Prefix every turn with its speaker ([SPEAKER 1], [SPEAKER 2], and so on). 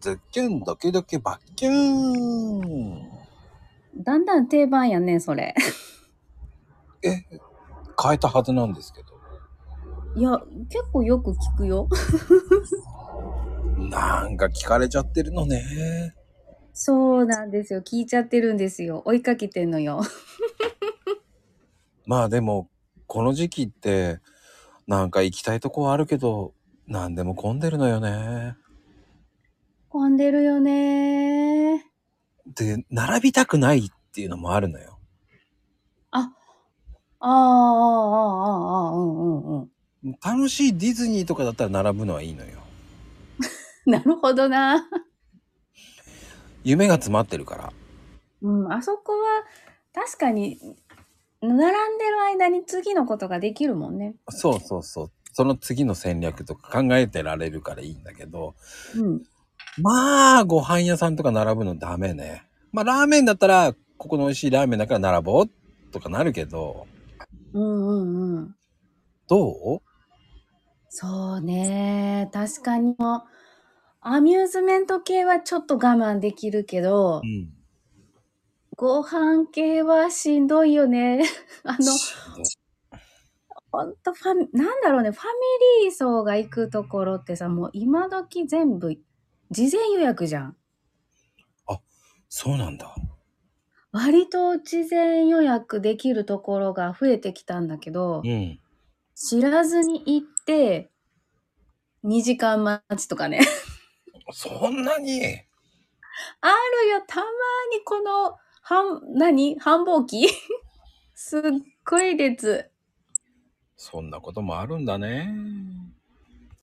[SPEAKER 1] ズッキュン、ドキドキ、バッキューン。
[SPEAKER 2] だんだん定番やね、それ。
[SPEAKER 1] え、変えたはずなんですけど。
[SPEAKER 2] いや、結構よく聞くよ。
[SPEAKER 1] なんか聞かれちゃってるのね。
[SPEAKER 2] そうなんですよ。聞いちゃってるんですよ。追いかけてんのよ。
[SPEAKER 1] まあでも、この時期って、なんか行きたいとこはあるけど、なんでも混んでるのよね。
[SPEAKER 2] 混んでるよね。
[SPEAKER 1] で、並びたくないっていうのもあるのよ。
[SPEAKER 2] ああ、ああ、ああ、うんうんうん。
[SPEAKER 1] 楽しいディズニーとかだったら並ぶのはいいのよ。
[SPEAKER 2] なるほどな。
[SPEAKER 1] 夢が詰まってるから。
[SPEAKER 2] うん、あそこは確かに、並んでる間に次のことができるもんね。
[SPEAKER 1] そうそうそう。その次の戦略とか考えてられるからいいんだけど、
[SPEAKER 2] うん。
[SPEAKER 1] まあ、ご飯屋さんとか並ぶのダメね。まあ、ラーメンだったら、ここの美味しいラーメンだから並ぼうとかなるけど、
[SPEAKER 2] うんうんうん。
[SPEAKER 1] どう
[SPEAKER 2] そうね。確かに。アミューズメント系はちょっと我慢できるけど、
[SPEAKER 1] ん。
[SPEAKER 2] ご飯系はしんどいよね。 あの、
[SPEAKER 1] しんどい
[SPEAKER 2] ほんとファミ、なんだろうね、ファミリー層が行くところってさ、もう今時全部、事前予約じゃん。
[SPEAKER 1] そうなんだ。
[SPEAKER 2] 割と事前予約できるところが増えてきたんだけど、
[SPEAKER 1] うん。
[SPEAKER 2] 知らずに行って、2時間待ちとかね。
[SPEAKER 1] そんなに
[SPEAKER 2] あるよ、たまにこの、はん、何繁忙期 すっごい列。
[SPEAKER 1] そんなこともあるんだね。